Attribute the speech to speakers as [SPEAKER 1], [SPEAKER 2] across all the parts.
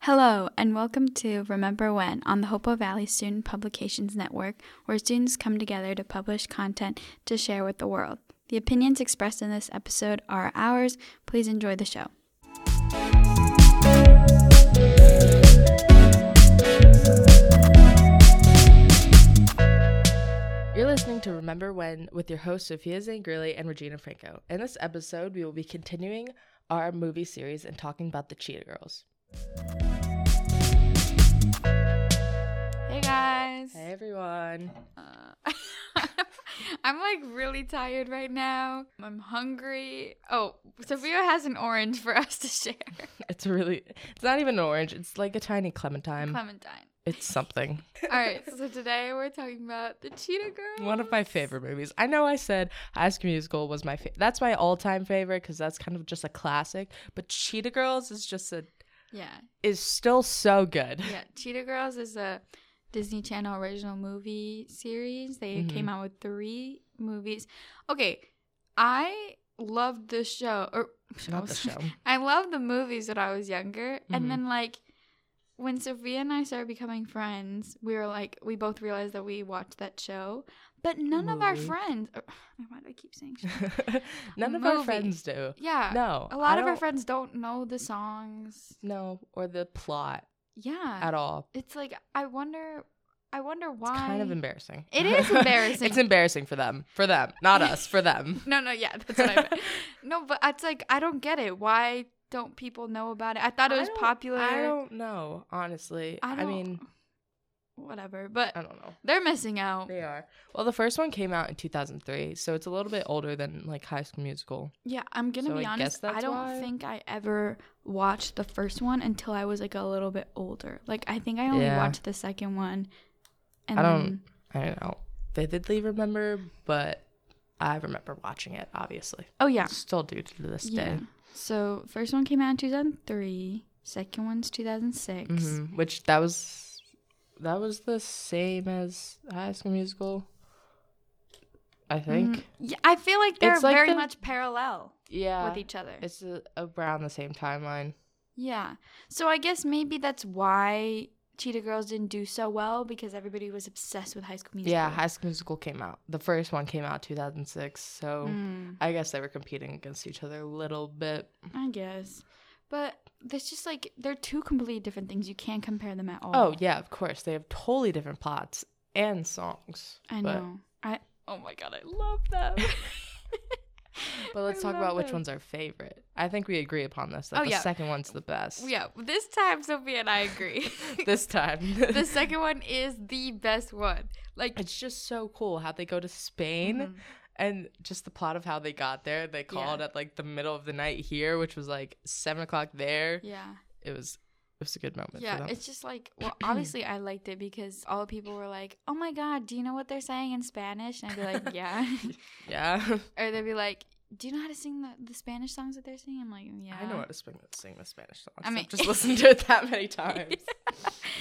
[SPEAKER 1] Hello, and welcome to Remember When on the Hopo Valley Student Publications Network, where students come together to publish content to share with the world. The opinions expressed in this episode are ours. Please enjoy the show.
[SPEAKER 2] You're listening to Remember When with your hosts Sophia Zangrilli and Regina Franco. In this episode, we will be continuing our movie series and talking about the Cheetah Girls.
[SPEAKER 1] Hey guys.
[SPEAKER 2] Hey everyone.
[SPEAKER 1] Uh, I'm like really tired right now. I'm hungry. Oh, Sophia has an orange for us to share.
[SPEAKER 2] It's really it's not even an orange, it's like a tiny clementine.
[SPEAKER 1] Clementine.
[SPEAKER 2] it's something.
[SPEAKER 1] All right, so today we're talking about the Cheetah Girls.
[SPEAKER 2] One of my favorite movies. I know I said High School Musical was my fa- that's my all-time favorite cuz that's kind of just a classic, but Cheetah Girls is just a
[SPEAKER 1] Yeah,
[SPEAKER 2] is still so good.
[SPEAKER 1] yeah. Cheetah Girls is a Disney Channel original movie series. They
[SPEAKER 2] Mhm.
[SPEAKER 1] came out with three movies. Okay, I loved the show. Or
[SPEAKER 2] Not the show.
[SPEAKER 1] I loved the movies when I was younger,
[SPEAKER 2] Mhm.
[SPEAKER 1] and then like. When Sophia and I started becoming friends, we were like, we both realized that we watched that show, but none of our
[SPEAKER 2] Movie.
[SPEAKER 1] friends. Why do I keep saying? Show?
[SPEAKER 2] None of our
[SPEAKER 1] Movie.
[SPEAKER 2] friends do.
[SPEAKER 1] Yeah,
[SPEAKER 2] No.
[SPEAKER 1] a lot
[SPEAKER 2] I
[SPEAKER 1] of our
[SPEAKER 2] don't-
[SPEAKER 1] friends don't know the songs.
[SPEAKER 2] No, or the plot
[SPEAKER 1] Yeah,
[SPEAKER 2] at all.
[SPEAKER 1] it's like I wonder, I wonder why.
[SPEAKER 2] It's kind of embarrassing.
[SPEAKER 1] It is embarrassing.
[SPEAKER 2] it's embarrassing for them. For them. Not us. For them.
[SPEAKER 1] no, no, yeah, that's what I meant. no, but it's like I don't get it. Why don't people know about it? I thought it
[SPEAKER 2] I
[SPEAKER 1] was
[SPEAKER 2] don't-
[SPEAKER 1] popular.
[SPEAKER 2] I don't know, honestly.
[SPEAKER 1] I
[SPEAKER 2] I,
[SPEAKER 1] don't-
[SPEAKER 2] mean,
[SPEAKER 1] Whatever, but
[SPEAKER 2] I don't know.
[SPEAKER 1] they're missing out.
[SPEAKER 2] They are. Well, the first one came out in 2003, so it's a little bit older than like High School Musical.
[SPEAKER 1] Yeah, I'm gonna
[SPEAKER 2] So
[SPEAKER 1] be
[SPEAKER 2] I
[SPEAKER 1] honest.
[SPEAKER 2] guess that's
[SPEAKER 1] I don't
[SPEAKER 2] why.
[SPEAKER 1] think I ever watched the first one until I was like a little bit older. Like I think I only
[SPEAKER 2] Yeah.
[SPEAKER 1] watched the second one. And
[SPEAKER 2] I don't-
[SPEAKER 1] then-
[SPEAKER 2] I don't know. Vividly remember, but I remember watching it, obviously.
[SPEAKER 1] oh yeah,
[SPEAKER 2] Still do to this
[SPEAKER 1] yeah.
[SPEAKER 2] day.
[SPEAKER 1] So first one came out in 2003. Second one's 2006.
[SPEAKER 2] Mhm. Which that was that was the same as High School Musical. I think.
[SPEAKER 1] Mm, yeah, I feel like they're
[SPEAKER 2] It's like
[SPEAKER 1] very
[SPEAKER 2] the-
[SPEAKER 1] much parallel
[SPEAKER 2] Yeah.
[SPEAKER 1] with each other.
[SPEAKER 2] It's a, around the same timeline.
[SPEAKER 1] Yeah. So I guess maybe that's why Cheetah Girls didn't do so well because everybody was obsessed with High School Musical.
[SPEAKER 2] Yeah, High School Musical came out. The first one came out 2006, so
[SPEAKER 1] Mm,
[SPEAKER 2] I guess they were competing against each other a little bit.
[SPEAKER 1] I guess. But there's just like they're two completely different things. You can't compare them at all.
[SPEAKER 2] Oh, yeah, of course. They have totally different plots and songs.
[SPEAKER 1] I
[SPEAKER 2] but-
[SPEAKER 1] know. I oh my god, I love them.
[SPEAKER 2] But, let's
[SPEAKER 1] I
[SPEAKER 2] talk
[SPEAKER 1] love
[SPEAKER 2] about which
[SPEAKER 1] them.
[SPEAKER 2] one's our favorite. I think we agree upon this that
[SPEAKER 1] Oh,
[SPEAKER 2] the
[SPEAKER 1] yeah.
[SPEAKER 2] second one's the best.
[SPEAKER 1] yeah, this time Sophie and I agree.
[SPEAKER 2] This time.
[SPEAKER 1] the second one is the best one. Like
[SPEAKER 2] It's just so cool how they go to Spain
[SPEAKER 1] mhm.
[SPEAKER 2] and just the plot of how they got there. They called at like the middle of the night here, which was like seven o'clock there.
[SPEAKER 1] yeah.
[SPEAKER 2] It was it was a good moment for
[SPEAKER 1] Yeah,
[SPEAKER 2] them.
[SPEAKER 1] it's just like well, obviously I liked it because all the people were like, "Oh my god, do you know what they're saying in Spanish?" And I'd be like, "Yeah,"
[SPEAKER 2] yeah.
[SPEAKER 1] or they'd be like, "Do you know how to sing the, the Spanish songs that they're singing?" I'm like, "Yeah."
[SPEAKER 2] I know how to sing, sing the Spanish songs.
[SPEAKER 1] I
[SPEAKER 2] I
[SPEAKER 1] mean-
[SPEAKER 2] have just listened to it that many times.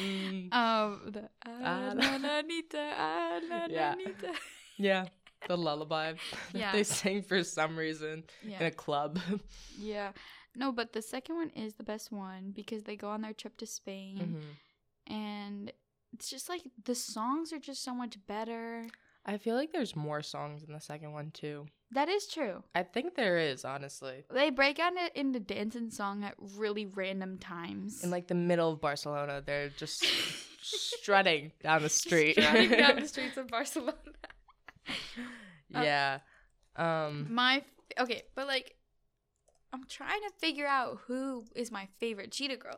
[SPEAKER 2] Mm,
[SPEAKER 1] Um, the
[SPEAKER 2] Ah, la-
[SPEAKER 1] Ananita,
[SPEAKER 2] Yeah.
[SPEAKER 1] Ananita.
[SPEAKER 2] yeah, the lullaby that
[SPEAKER 1] Yeah.
[SPEAKER 2] they sing for some reason
[SPEAKER 1] Yeah, Mm-hmm.
[SPEAKER 2] in
[SPEAKER 1] yeah,
[SPEAKER 2] a club.
[SPEAKER 1] yeah. No, but the second one is the best one because they go on their trip to Spain,
[SPEAKER 2] Mhm.
[SPEAKER 1] and it's just like the songs are just so much better.
[SPEAKER 2] I feel like there's more songs in the second one too.
[SPEAKER 1] That is true.
[SPEAKER 2] I think there is honestly.
[SPEAKER 1] They break out it into dance and song at really random times.
[SPEAKER 2] In like the middle of Barcelona, they're just strutting down the street.
[SPEAKER 1] Strutting down the uh streets of Barcelona.
[SPEAKER 2] yeah. Um.
[SPEAKER 1] My okay, but like, I'm trying to figure out who is my favorite cheetah girl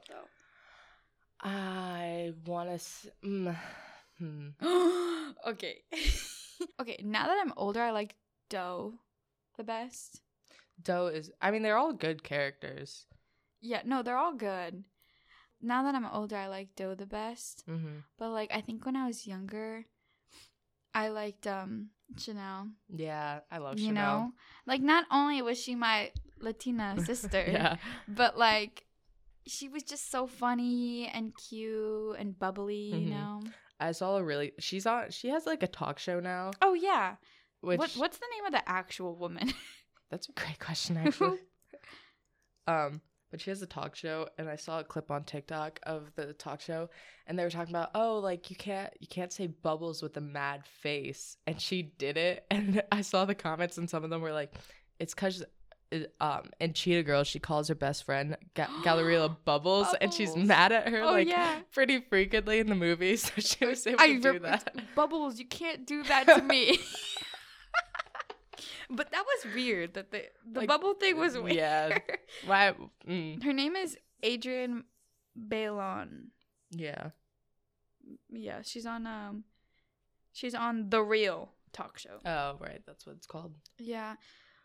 [SPEAKER 2] I want to. S- mm, hmm.
[SPEAKER 1] though. okay. okay. Now that I'm older, I like Doe the best.
[SPEAKER 2] Doe is. I mean, they're all good characters.
[SPEAKER 1] Yeah. No, they're all good. Now that I'm older, I like Doe the best.
[SPEAKER 2] Mm-hmm.
[SPEAKER 1] But like, I think when I was younger, I liked um Chanel.
[SPEAKER 2] Yeah, I love
[SPEAKER 1] you
[SPEAKER 2] Oh, Chanel.
[SPEAKER 1] know like not only was she my latina sister
[SPEAKER 2] Yeah.
[SPEAKER 1] but like she was just so funny and cute and bubbly you
[SPEAKER 2] Mhm.
[SPEAKER 1] know
[SPEAKER 2] I saw a really she's on she has like a talk show now,
[SPEAKER 1] oh yeah
[SPEAKER 2] which
[SPEAKER 1] what, what's the name of the actual woman
[SPEAKER 2] that's a great question actually. um but she has a talk show and I saw a clip on TikTok of the talk show and they were talking about oh like you can't you can't say bubbles with a mad face and she did it and I saw the comments and some of them were like it's cuz um and Cheetah Girl she calls her best friend Ga- Galleria bubbles, and she's
[SPEAKER 1] Bubbles.
[SPEAKER 2] mad at her
[SPEAKER 1] Oh,
[SPEAKER 2] like
[SPEAKER 1] yeah.
[SPEAKER 2] pretty frequently in the movie so she was able to
[SPEAKER 1] I
[SPEAKER 2] do
[SPEAKER 1] re-
[SPEAKER 2] that.
[SPEAKER 1] Bubbles, you can't do that to me. but that was weird. That the the
[SPEAKER 2] Like,
[SPEAKER 1] bubble thing was weird.
[SPEAKER 2] Yeah. Why mm,
[SPEAKER 1] Her name is Adrian Balon.
[SPEAKER 2] yeah.
[SPEAKER 1] Yeah, she's on um, she's on the Real talk show.
[SPEAKER 2] Oh right, that's what it's called.
[SPEAKER 1] Yeah,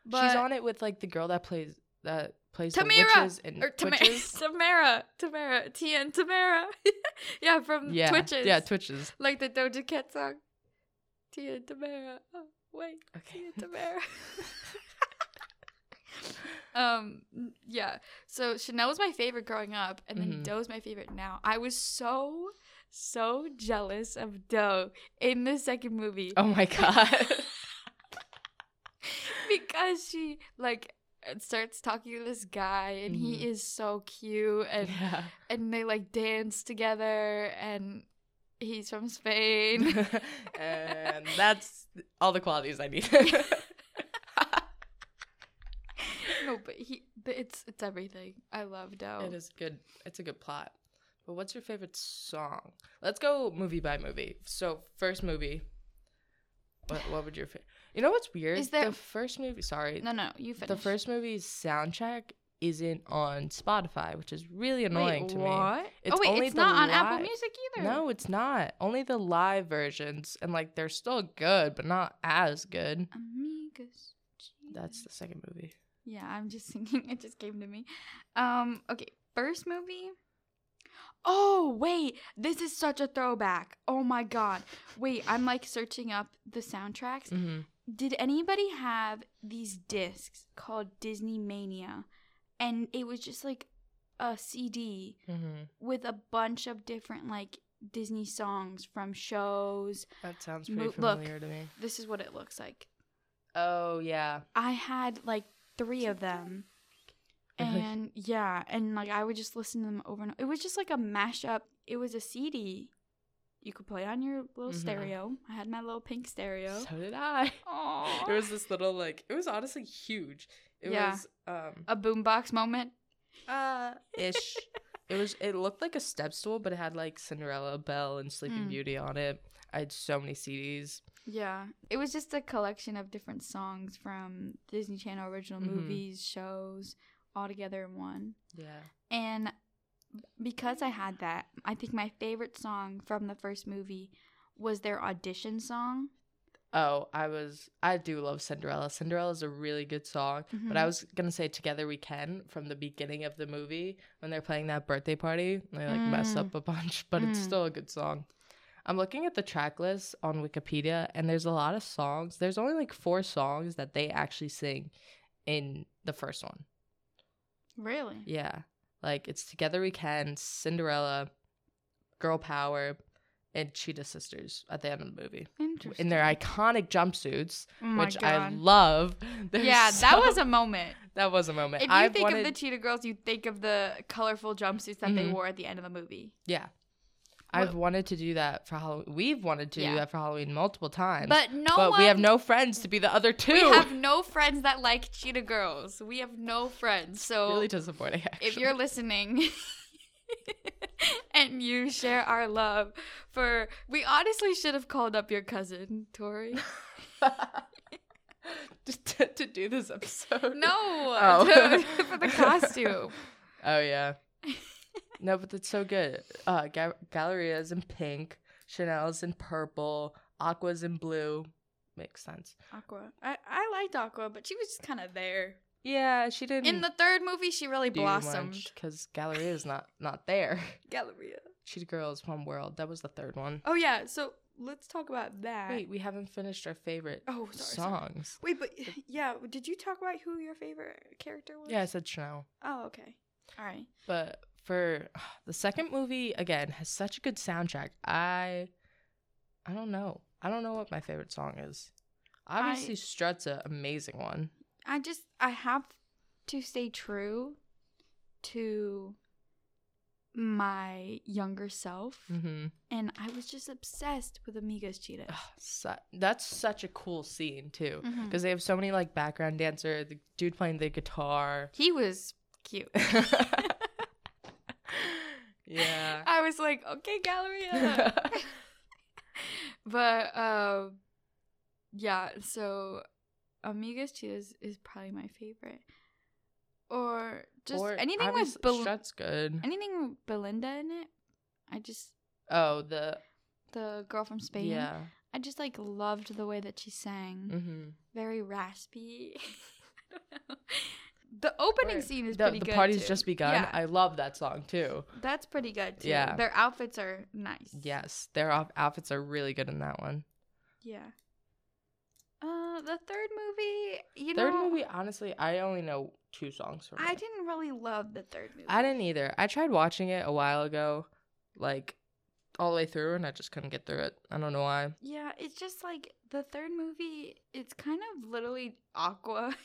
[SPEAKER 1] but
[SPEAKER 2] she's on it with like the girl that plays that plays
[SPEAKER 1] Tamira!
[SPEAKER 2] the witches and
[SPEAKER 1] or Tamara,
[SPEAKER 2] witches.
[SPEAKER 1] Tamara, Tamara, Tia and Tamara. yeah, from
[SPEAKER 2] Yeah,
[SPEAKER 1] Twitches.
[SPEAKER 2] yeah, twitches.
[SPEAKER 1] like the Doja Cat song. Tia and Tamara. Oh, wait.
[SPEAKER 2] Okay.
[SPEAKER 1] Tia and Tamara. um, yeah. So Chanel was my favorite growing up, and then
[SPEAKER 2] Mhm.
[SPEAKER 1] Doe's my favorite now. I was so, so jealous of Doe in the second movie
[SPEAKER 2] Oh my god.
[SPEAKER 1] because she, like, starts talking to this guy, and
[SPEAKER 2] Mm-hmm.
[SPEAKER 1] he is so cute, and
[SPEAKER 2] yeah.
[SPEAKER 1] and they like dance together and he's from Spain.
[SPEAKER 2] and that's all the qualities I need.
[SPEAKER 1] no, but he but it's it's everything. I love Doe.
[SPEAKER 2] It is good. It's a good plot. But what's your favorite song? Let's go movie by movie. So first movie. What what would your favorite? You know what's weird?
[SPEAKER 1] Is there-
[SPEAKER 2] the first movie? Sorry,
[SPEAKER 1] No, no, you finish.
[SPEAKER 2] the first movie's soundtrack isn't on Spotify, which is really
[SPEAKER 1] Wait,
[SPEAKER 2] annoying to me.
[SPEAKER 1] what?
[SPEAKER 2] It's
[SPEAKER 1] oh wait,
[SPEAKER 2] only
[SPEAKER 1] it's
[SPEAKER 2] the
[SPEAKER 1] not on Apple
[SPEAKER 2] live-
[SPEAKER 1] Music either.
[SPEAKER 2] No, it's not. Only the live versions, and like they're still good, but not as good.
[SPEAKER 1] Amigos.
[SPEAKER 2] That's
[SPEAKER 1] Jesus.
[SPEAKER 2] the second movie.
[SPEAKER 1] Yeah, I'm just thinking it just came to me. Um, okay, first movie. Oh wait, this is such a throwback. Oh my god. Wait, I'm like searching up the soundtracks.
[SPEAKER 2] Mm-hmm.
[SPEAKER 1] did anybody have these discs called Disney Mania? And it was just like a CD
[SPEAKER 2] Mm-hmm.
[SPEAKER 1] with a bunch of different like Disney songs from shows.
[SPEAKER 2] That sounds
[SPEAKER 1] Mo-
[SPEAKER 2] pretty
[SPEAKER 1] look.
[SPEAKER 2] familiar to me.
[SPEAKER 1] This is what it looks like.
[SPEAKER 2] Oh yeah.
[SPEAKER 1] I had like three of them.
[SPEAKER 2] Really?
[SPEAKER 1] And yeah, and like I would just listen to them over and it was just like a mashup. It was a CD you could play on your little
[SPEAKER 2] Mhm.
[SPEAKER 1] stereo. I had my little pink stereo.
[SPEAKER 2] So did I.
[SPEAKER 1] Oh,
[SPEAKER 2] It was this little like it was honestly huge. It
[SPEAKER 1] Yeah.
[SPEAKER 2] was um
[SPEAKER 1] a boombox moment.
[SPEAKER 2] uh ish. it was it looked like a step stool, but it had like Cinderella, Belle, and Sleeping
[SPEAKER 1] Mm.
[SPEAKER 2] Beauty on it. I had so many CDs.
[SPEAKER 1] Yeah. It was just a collection of different songs from Disney Channel original
[SPEAKER 2] Mhm.
[SPEAKER 1] movies, shows, all together in one.
[SPEAKER 2] Yeah.
[SPEAKER 1] And because I had that, I think my favorite song from the first movie was their audition song.
[SPEAKER 2] Oh, I was I do love Cinderella. Cinderella's a really good song. But I
[SPEAKER 1] Mhm.
[SPEAKER 2] was gonna say Together We Can from the beginning of the movie when they're playing that birthday party. and They like mess
[SPEAKER 1] Mm.
[SPEAKER 2] up a bunch, but it's
[SPEAKER 1] Mm.
[SPEAKER 2] still a good song. I'm looking at the track list on Wikipedia and there's a lot of songs. There's only like four songs that they actually sing in the first one.
[SPEAKER 1] Really?
[SPEAKER 2] Yeah. Like it's Together We Can, Cinderella, Girl Power, and Cheetah Sisters at the end of the movie.
[SPEAKER 1] Interesting.
[SPEAKER 2] In their iconic jumpsuits,
[SPEAKER 1] oh my
[SPEAKER 2] which I
[SPEAKER 1] God.
[SPEAKER 2] love. They're
[SPEAKER 1] yeah,
[SPEAKER 2] so-
[SPEAKER 1] that was a moment.
[SPEAKER 2] that was a moment.
[SPEAKER 1] If you
[SPEAKER 2] I
[SPEAKER 1] think
[SPEAKER 2] wanted,
[SPEAKER 1] of the Cheetah Girls, you think of the colorful jumpsuits that they
[SPEAKER 2] Mhm.
[SPEAKER 1] wore at the end of the movie.
[SPEAKER 2] Yeah. I've
[SPEAKER 1] What-
[SPEAKER 2] wanted to do that for Halloween. We've wanted to
[SPEAKER 1] Yeah.
[SPEAKER 2] do that for Halloween multiple times.
[SPEAKER 1] But no
[SPEAKER 2] but
[SPEAKER 1] one
[SPEAKER 2] we have no friends to be the other two.
[SPEAKER 1] We have no friends that like Cheetah Girls. We have no friends. So
[SPEAKER 2] really disappointing, actually.
[SPEAKER 1] if you're listening and you share our love for we honestly should have called up your cousin Tori.
[SPEAKER 2] to, to do this episode.
[SPEAKER 1] No,
[SPEAKER 2] Oh.
[SPEAKER 1] dude, for the costume.
[SPEAKER 2] Oh, yeah. no, but that's so good. Uh, Ga- Galleria's in pink, Chanel's in purple, Aqua's in blue. Makes sense.
[SPEAKER 1] Aqua. I, I liked Aqua, but she was just kind of there.
[SPEAKER 2] Yeah, she didn't.
[SPEAKER 1] In the third movie, she really blossomed.
[SPEAKER 2] Because Galleria's not, not there.
[SPEAKER 1] Galleria.
[SPEAKER 2] Cheetah Girls, One World. That was the third one.
[SPEAKER 1] Oh yeah, so let's talk about that.
[SPEAKER 2] Wait, we haven't finished our favorite
[SPEAKER 1] oh, sorry. sorry.
[SPEAKER 2] songs.
[SPEAKER 1] Wait, but yeah, did you talk about who your favorite character was?
[SPEAKER 2] Yeah, I said Chanel.
[SPEAKER 1] Oh, okay. All right.
[SPEAKER 2] But for ah, the second movie, again, has such a good soundtrack. I I don't know. I don't know what my favorite song is. Obviously, Strut's an amazing one.
[SPEAKER 1] I just I have to stay true to my younger self
[SPEAKER 2] Mm-hmm.
[SPEAKER 1] and I was just obsessed with Amigos Cheetahs.
[SPEAKER 2] Ah, that's such a cool scene too,
[SPEAKER 1] Mhm.
[SPEAKER 2] because they have so many like background dancer, the dude playing the guitar.
[SPEAKER 1] He was cute.
[SPEAKER 2] yeah.
[SPEAKER 1] I was like, okay, Galleria. but um yeah, so Amigos Cheetahs is probably my favorite. Or just
[SPEAKER 2] Or
[SPEAKER 1] anything with
[SPEAKER 2] obviously-
[SPEAKER 1] Bel-
[SPEAKER 2] Strut's good.
[SPEAKER 1] anything with Belinda in it. I just
[SPEAKER 2] oh, the
[SPEAKER 1] the girl from Spain.
[SPEAKER 2] yeah.
[SPEAKER 1] I just like loved the way that she sang.
[SPEAKER 2] Mm-hmm.
[SPEAKER 1] Very raspy. I don't know. The opening
[SPEAKER 2] Or
[SPEAKER 1] scene is
[SPEAKER 2] the,
[SPEAKER 1] pretty
[SPEAKER 2] the
[SPEAKER 1] good.
[SPEAKER 2] party's
[SPEAKER 1] too.
[SPEAKER 2] just begun.
[SPEAKER 1] Yeah.
[SPEAKER 2] I love that song too.
[SPEAKER 1] That's pretty good too.
[SPEAKER 2] Yeah.
[SPEAKER 1] Their outfits are nice.
[SPEAKER 2] Yes, their outf- outfits are really good in that one.
[SPEAKER 1] Yeah. Uh the third movie, you
[SPEAKER 2] Third
[SPEAKER 1] know
[SPEAKER 2] movie, honestly, I only know two songs from
[SPEAKER 1] I
[SPEAKER 2] it.
[SPEAKER 1] didn't really love the third movie.
[SPEAKER 2] I didn't either. I tried watching it a while ago, like all the way through, and I just couldn't get through it. I don't know why.
[SPEAKER 1] Yeah, it's just like the third movie, it's kind of literally aqua.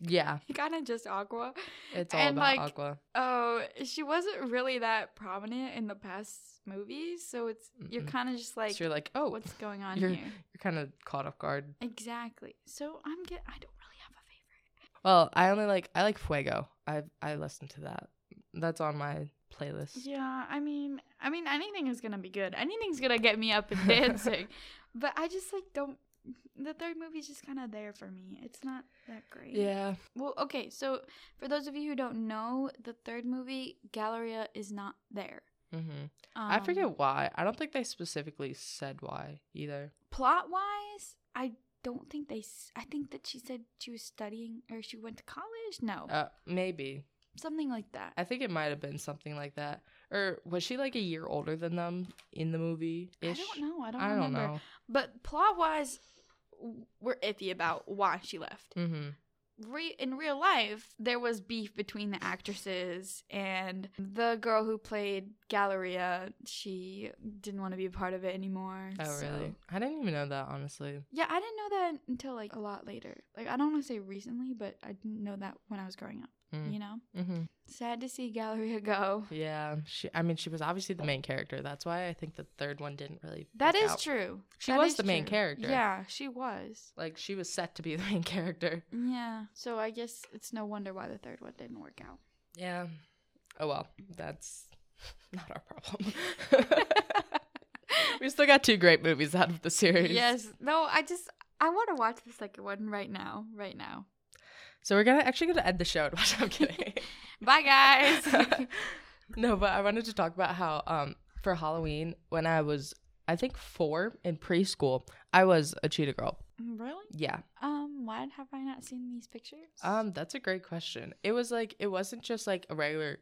[SPEAKER 2] Yeah,
[SPEAKER 1] kind of just aqua.
[SPEAKER 2] it's all
[SPEAKER 1] And,
[SPEAKER 2] about
[SPEAKER 1] like,
[SPEAKER 2] Aqua.
[SPEAKER 1] Oh, she wasn't really that prominent in the past movies, so it's you're
[SPEAKER 2] Mm-mm.
[SPEAKER 1] kind of just like
[SPEAKER 2] so you're like, oh,
[SPEAKER 1] what's going on
[SPEAKER 2] you're-
[SPEAKER 1] here?
[SPEAKER 2] you're kind of caught off guard.
[SPEAKER 1] Exactly. So I'm get I don't really have a favorite.
[SPEAKER 2] Well, I only like I like Fuego. I I listen to that. That's on my playlist.
[SPEAKER 1] Yeah, I mean, I mean anything is going to be good. Anything's going to get me up and dancing. but I just like don't the third movie's just kind of there for me. It's not that great.
[SPEAKER 2] Yeah.
[SPEAKER 1] Well, okay. So for those of you who don't know, the third movie Galleria is not there.
[SPEAKER 2] hmm
[SPEAKER 1] Um,
[SPEAKER 2] I forget why. I don't think they specifically said why either.
[SPEAKER 1] plot wise, I don't think they. s- I think that she said she was studying or she went to college. No,
[SPEAKER 2] Uh, maybe.
[SPEAKER 1] something like that.
[SPEAKER 2] I think it might have been something like that. Or was she like a year older than them in the movie?
[SPEAKER 1] I don't know. I don't,
[SPEAKER 2] I don't
[SPEAKER 1] remember.
[SPEAKER 2] know.
[SPEAKER 1] But plot wise, we're iffy about why she left.
[SPEAKER 2] Mm-hmm.
[SPEAKER 1] Re- in real life, there was beef between the actresses and the girl who played Galleria. She didn't want to be a part of it anymore.
[SPEAKER 2] Oh,
[SPEAKER 1] so-
[SPEAKER 2] really? I didn't even know that, honestly.
[SPEAKER 1] Yeah, I didn't know that until like a lot later. Like I don't want to say recently, but I didn't know that when I was growing up.
[SPEAKER 2] Mm.
[SPEAKER 1] You know,
[SPEAKER 2] Mm-hmm.
[SPEAKER 1] sad to see Galleria go.
[SPEAKER 2] Yeah. She. I mean, she was obviously the main character. That's why I think the third one didn't really.
[SPEAKER 1] That
[SPEAKER 2] work
[SPEAKER 1] is
[SPEAKER 2] out.
[SPEAKER 1] true.
[SPEAKER 2] She
[SPEAKER 1] That
[SPEAKER 2] was
[SPEAKER 1] is
[SPEAKER 2] the main
[SPEAKER 1] true.
[SPEAKER 2] character.
[SPEAKER 1] Yeah, she was.
[SPEAKER 2] Like she was set to be the main character.
[SPEAKER 1] Yeah. So I guess it's no wonder why the third one didn't work out.
[SPEAKER 2] Yeah. Oh well, that's not our problem. we still got two great movies out of the series.
[SPEAKER 1] yes. No, I just I want to watch the second one right now. Right now.
[SPEAKER 2] So we're gonna actually gonna end the show. I'm kidding.
[SPEAKER 1] Bye guys.
[SPEAKER 2] no, but I wanted to talk about how um for Halloween when I was I think four in preschool, I was a cheetah girl.
[SPEAKER 1] really?
[SPEAKER 2] Yeah.
[SPEAKER 1] Um, why have I not seen these pictures?
[SPEAKER 2] Um, that's a great question. It was like it wasn't just like a regular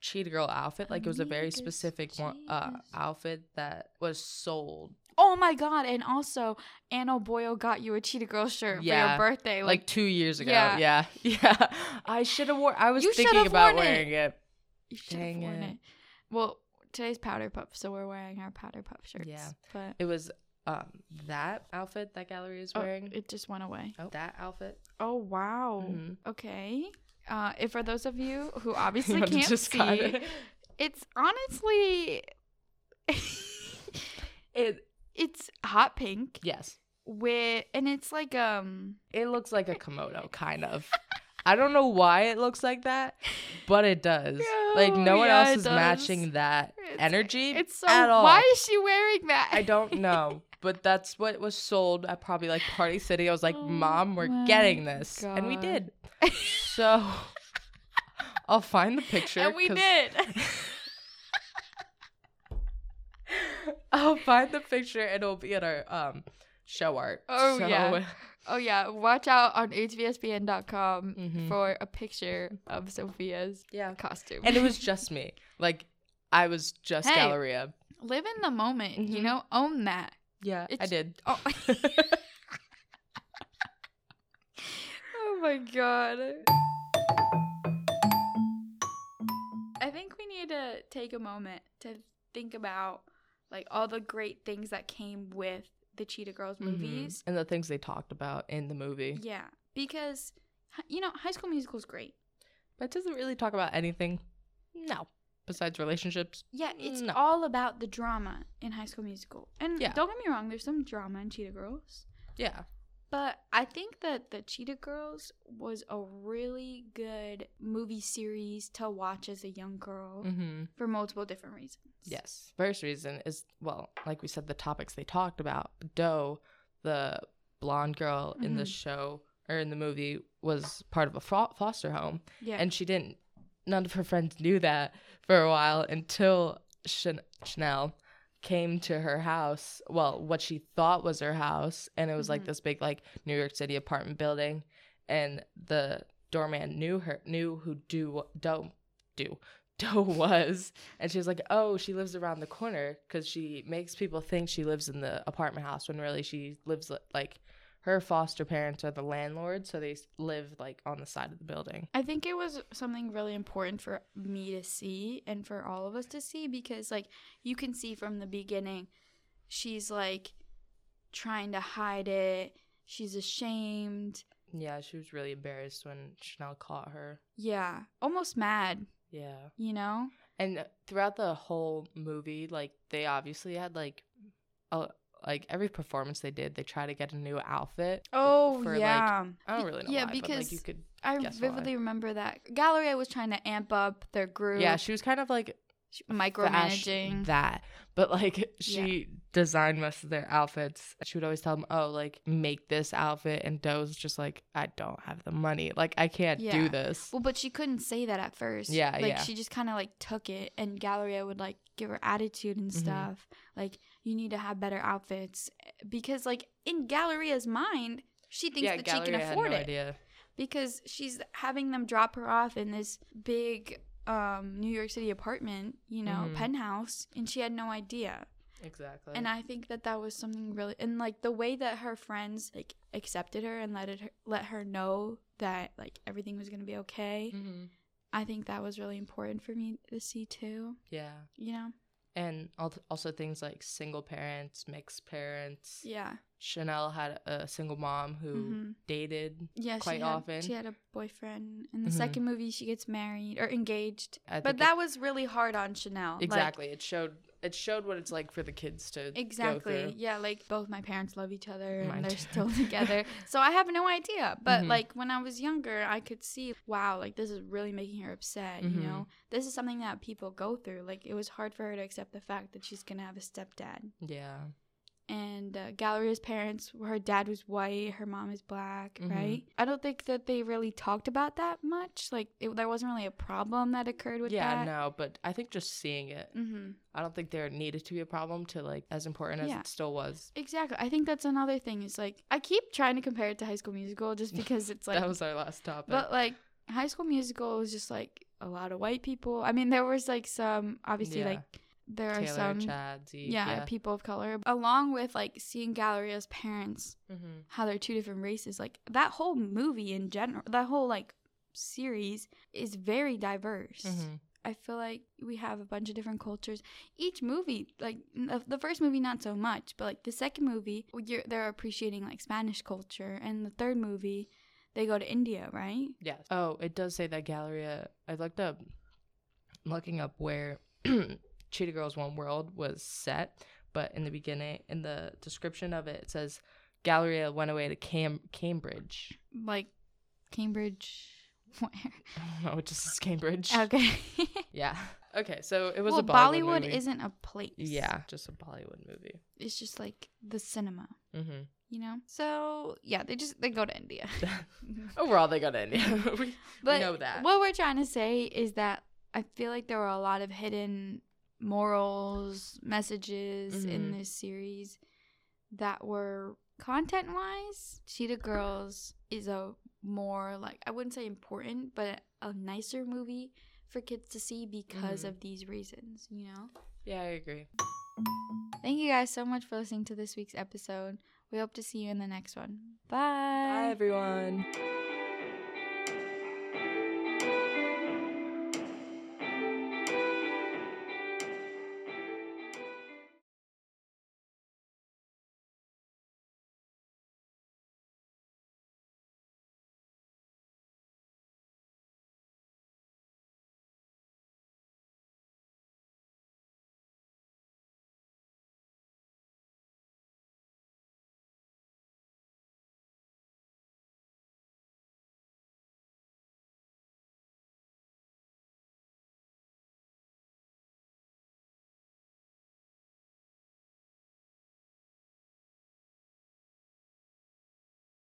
[SPEAKER 2] cheetah girl outfit. Like it was a very
[SPEAKER 1] Amigas,
[SPEAKER 2] specific one uh
[SPEAKER 1] cheetahs.
[SPEAKER 2] outfit that was sold.
[SPEAKER 1] Oh my god! And also, Anna Boyle got you a Cheetah Girl shirt
[SPEAKER 2] Yeah,
[SPEAKER 1] for your birthday.
[SPEAKER 2] Like two years ago.
[SPEAKER 1] Yeah.
[SPEAKER 2] Yeah. Yeah. I should have wore I was
[SPEAKER 1] You should've
[SPEAKER 2] thinking about
[SPEAKER 1] worn it.
[SPEAKER 2] wearing it.
[SPEAKER 1] you should have
[SPEAKER 2] dang
[SPEAKER 1] worn it.
[SPEAKER 2] it.
[SPEAKER 1] Well, today's Powder Puff, so we're wearing our Powder Puff shirts.
[SPEAKER 2] Yeah.
[SPEAKER 1] but
[SPEAKER 2] It was um that outfit that gallery is
[SPEAKER 1] oh,
[SPEAKER 2] wearing.
[SPEAKER 1] it just went away.
[SPEAKER 2] Oh, that outfit.
[SPEAKER 1] Oh wow!
[SPEAKER 2] Mhm.
[SPEAKER 1] Okay. Uh, if for those of you who obviously
[SPEAKER 2] You wanna
[SPEAKER 1] can't
[SPEAKER 2] describe
[SPEAKER 1] see,
[SPEAKER 2] it?
[SPEAKER 1] it's honestly,
[SPEAKER 2] It
[SPEAKER 1] it's hot pink
[SPEAKER 2] yes,
[SPEAKER 1] with, and it's like um,
[SPEAKER 2] it looks like a komodo, kind of. I don't know why it looks like that, but it does. like
[SPEAKER 1] Oh,
[SPEAKER 2] no one
[SPEAKER 1] yeah,
[SPEAKER 2] else
[SPEAKER 1] it
[SPEAKER 2] is
[SPEAKER 1] does.
[SPEAKER 2] matching that
[SPEAKER 1] It's-
[SPEAKER 2] energy
[SPEAKER 1] it's so.
[SPEAKER 2] at all.
[SPEAKER 1] Why is she wearing that?
[SPEAKER 2] I don't know, but that's what was sold at probably like Party City. I was like,
[SPEAKER 1] Oh
[SPEAKER 2] "Mom, we're
[SPEAKER 1] my
[SPEAKER 2] getting this," and we
[SPEAKER 1] God.
[SPEAKER 2] did. So I'll find the picture.
[SPEAKER 1] and we
[SPEAKER 2] 'cause-
[SPEAKER 1] did.
[SPEAKER 2] I'll find the picture, and it'll be at our um show art.
[SPEAKER 1] Oh,
[SPEAKER 2] So-
[SPEAKER 1] yeah. Oh yeah, watch out on hvsbn.com
[SPEAKER 2] Mhm.
[SPEAKER 1] for a picture of Sophia's
[SPEAKER 2] yeah.
[SPEAKER 1] costume.
[SPEAKER 2] and it was just me. Like I was just
[SPEAKER 1] Hey.
[SPEAKER 2] Galleria.
[SPEAKER 1] live in the moment, you
[SPEAKER 2] Mhm.
[SPEAKER 1] know, own that.
[SPEAKER 2] Yeah, I
[SPEAKER 1] It's-
[SPEAKER 2] did.
[SPEAKER 1] Oh. oh my god. I think we need to take a moment to think about like all the great things that came with the Cheetah Girls
[SPEAKER 2] Mhm.
[SPEAKER 1] movies.
[SPEAKER 2] and the things they talked about in the movie.
[SPEAKER 1] Yeah, because hi- you know, High School Musical is great.
[SPEAKER 2] But it doesn't really talk about anything. No. Besides relationships.
[SPEAKER 1] Yeah, it's
[SPEAKER 2] No.
[SPEAKER 1] all about the drama in High School Musical. And
[SPEAKER 2] Yeah.
[SPEAKER 1] don't get me wrong, there's some drama in Cheetah Girls.
[SPEAKER 2] Yeah.
[SPEAKER 1] But I think that the Cheetah Girls was a really good movie series to watch as a young girl
[SPEAKER 2] Mm-hmm.
[SPEAKER 1] for multiple different reasons.
[SPEAKER 2] Yes. First reason is well, like we said, the topics they talked about. Doe, the blonde girl in the
[SPEAKER 1] Mhm.
[SPEAKER 2] show or in the movie, was part of a fo- foster home,
[SPEAKER 1] Yeah.
[SPEAKER 2] and she didn't. None of her friends knew that for a while until Chan- Chanel came to her house. Well, what she thought was her house, and it was
[SPEAKER 1] Mhm.
[SPEAKER 2] like this big like New York City apartment building, and the doorman knew her knew who do Doe do Doe was, and she was like, "Oh, she lives around the corner because she makes people think she lives in the apartment house when really she lives li- like her foster parents are the landlord, so they s- live like on the side of the building."
[SPEAKER 1] I think it was something really important for me to see and for all of us to see because, like, you can see from the beginning, she's like trying to hide it. She's ashamed.
[SPEAKER 2] Yeah, she was really embarrassed when Chanel caught her.
[SPEAKER 1] Yeah. Almost mad,
[SPEAKER 2] Yeah,
[SPEAKER 1] you know?
[SPEAKER 2] and throughout the whole movie, like they obviously had like a. Like every performance they did, they try to get a new outfit.
[SPEAKER 1] Oh,
[SPEAKER 2] for, like,
[SPEAKER 1] yeah.
[SPEAKER 2] I don't really know
[SPEAKER 1] Yeah,
[SPEAKER 2] why, but
[SPEAKER 1] because
[SPEAKER 2] like you could.
[SPEAKER 1] I
[SPEAKER 2] guess why.
[SPEAKER 1] vividly remember that. Galleria was trying to amp up their group.
[SPEAKER 2] Yeah, she was kind of like
[SPEAKER 1] She-
[SPEAKER 2] fash-
[SPEAKER 1] micromanaging.
[SPEAKER 2] that, but like she designed most of their outfits. She would always tell them, "Oh, like make this outfit," and Doe's just like, "I don't have the money. Like I can't
[SPEAKER 1] Yeah.
[SPEAKER 2] do this."
[SPEAKER 1] Well, but she couldn't say that at first.
[SPEAKER 2] Yeah,
[SPEAKER 1] like
[SPEAKER 2] yeah.
[SPEAKER 1] she just kind of like took it, and Galleria would like give her attitude and
[SPEAKER 2] Mhm.
[SPEAKER 1] stuff. Like you need to have better outfits because, like in Galleria's mind, she thinks
[SPEAKER 2] yeah,
[SPEAKER 1] that she
[SPEAKER 2] Galleria
[SPEAKER 1] can afford
[SPEAKER 2] had no
[SPEAKER 1] it
[SPEAKER 2] idea.
[SPEAKER 1] because she's having them drop her off in this big um, New York City apartment, you know,
[SPEAKER 2] Mhm.
[SPEAKER 1] penthouse, and she had no idea.
[SPEAKER 2] Exactly.
[SPEAKER 1] And I think that that was something really, and like the way that her friends like accepted her and let it let her know that like everything was gonna be okay.
[SPEAKER 2] Mm-hmm.
[SPEAKER 1] I think that was really important for me to see too.
[SPEAKER 2] Yeah,
[SPEAKER 1] You know?
[SPEAKER 2] and al- also things like single parents, mixed parents.
[SPEAKER 1] Yeah.
[SPEAKER 2] Chanel had a single mom who
[SPEAKER 1] hmm
[SPEAKER 2] dated.
[SPEAKER 1] Yeah.
[SPEAKER 2] Quite
[SPEAKER 1] she had,
[SPEAKER 2] often.
[SPEAKER 1] she had a boyfriend. In the
[SPEAKER 2] Mhm.
[SPEAKER 1] second movie, she gets married or engaged.
[SPEAKER 2] I think
[SPEAKER 1] But
[SPEAKER 2] it-
[SPEAKER 1] that was really hard on Chanel. Like,
[SPEAKER 2] exactly it showed it showed what it's like for the kids to go
[SPEAKER 1] Exactly.
[SPEAKER 2] through.
[SPEAKER 1] Yeah, like both my parents love each other and
[SPEAKER 2] Mine
[SPEAKER 1] they're
[SPEAKER 2] too.
[SPEAKER 1] still together. So I have no idea. But
[SPEAKER 2] Mhm.
[SPEAKER 1] like when I was younger, I could see, wow, like this is really making her upset,
[SPEAKER 2] Mhm.
[SPEAKER 1] you know? This is something that people go through. Like it was hard for her to accept the fact that she's going to have a stepdad.
[SPEAKER 2] Yeah.
[SPEAKER 1] And uh, Galleria's parents, her dad was white, her mom is black,
[SPEAKER 2] Mhm.
[SPEAKER 1] right? I don't think that they really talked about that much. Like it, there wasn't really a problem that occurred with that.
[SPEAKER 2] yeah, no, but I think just seeing it,
[SPEAKER 1] hmm
[SPEAKER 2] I don't think there needed to be a problem to like as important as
[SPEAKER 1] Yeah.
[SPEAKER 2] it still was.
[SPEAKER 1] Exactly. I think that's another thing. Is like I keep trying to compare it to High School Musical just because it's like
[SPEAKER 2] that was our last topic.
[SPEAKER 1] But like High School Musical was just like a lot of white people. I mean, there was like some obviously
[SPEAKER 2] Yeah.
[SPEAKER 1] like there are
[SPEAKER 2] Taylor,
[SPEAKER 1] some
[SPEAKER 2] Chad, Zeke,
[SPEAKER 1] yeah, people of color along with like seeing Galleria's parents
[SPEAKER 2] Mhm.
[SPEAKER 1] how they're two different races. Like that whole movie in general, that whole like series is very diverse.
[SPEAKER 2] Mhm.
[SPEAKER 1] I feel like we have a bunch of different cultures. Each movie, like n- the- the first movie, not so much, but like the second movie, you're, they're appreciating like Spanish culture, and the third movie, they go to India, right?
[SPEAKER 2] Yes. Oh, it does say that Galleria. I looked up, looking up where Cheetah Girls One World was set, but in the beginning, in the description of it, it says Galleria went away to Cam- Cambridge.
[SPEAKER 1] Like Cambridge, where?
[SPEAKER 2] I don't know, it just says Cambridge.
[SPEAKER 1] Okay.
[SPEAKER 2] Yeah. Okay, so it was
[SPEAKER 1] well,
[SPEAKER 2] a Bollywood,
[SPEAKER 1] Bollywood
[SPEAKER 2] movie.
[SPEAKER 1] isn't a place.
[SPEAKER 2] yeah, just a Bollywood movie.
[SPEAKER 1] it's just like the cinema,
[SPEAKER 2] Mm-hmm.
[SPEAKER 1] you know. So yeah, they just they go to India.
[SPEAKER 2] Overall, they got India. we,
[SPEAKER 1] But
[SPEAKER 2] know that.
[SPEAKER 1] what we're trying to say is that I feel like there were a lot of hidden morals, messages in
[SPEAKER 2] Mhm.
[SPEAKER 1] this series that were content wise. Cheetah Girls is a more like I wouldn't say important, but a nicer movie for kids to see because
[SPEAKER 2] Mhm.
[SPEAKER 1] of these reasons, you know?
[SPEAKER 2] yeah, I agree.
[SPEAKER 1] Thank you guys so much for listening to this week's episode. We hope to see you in the next one.
[SPEAKER 2] Bye, everyone.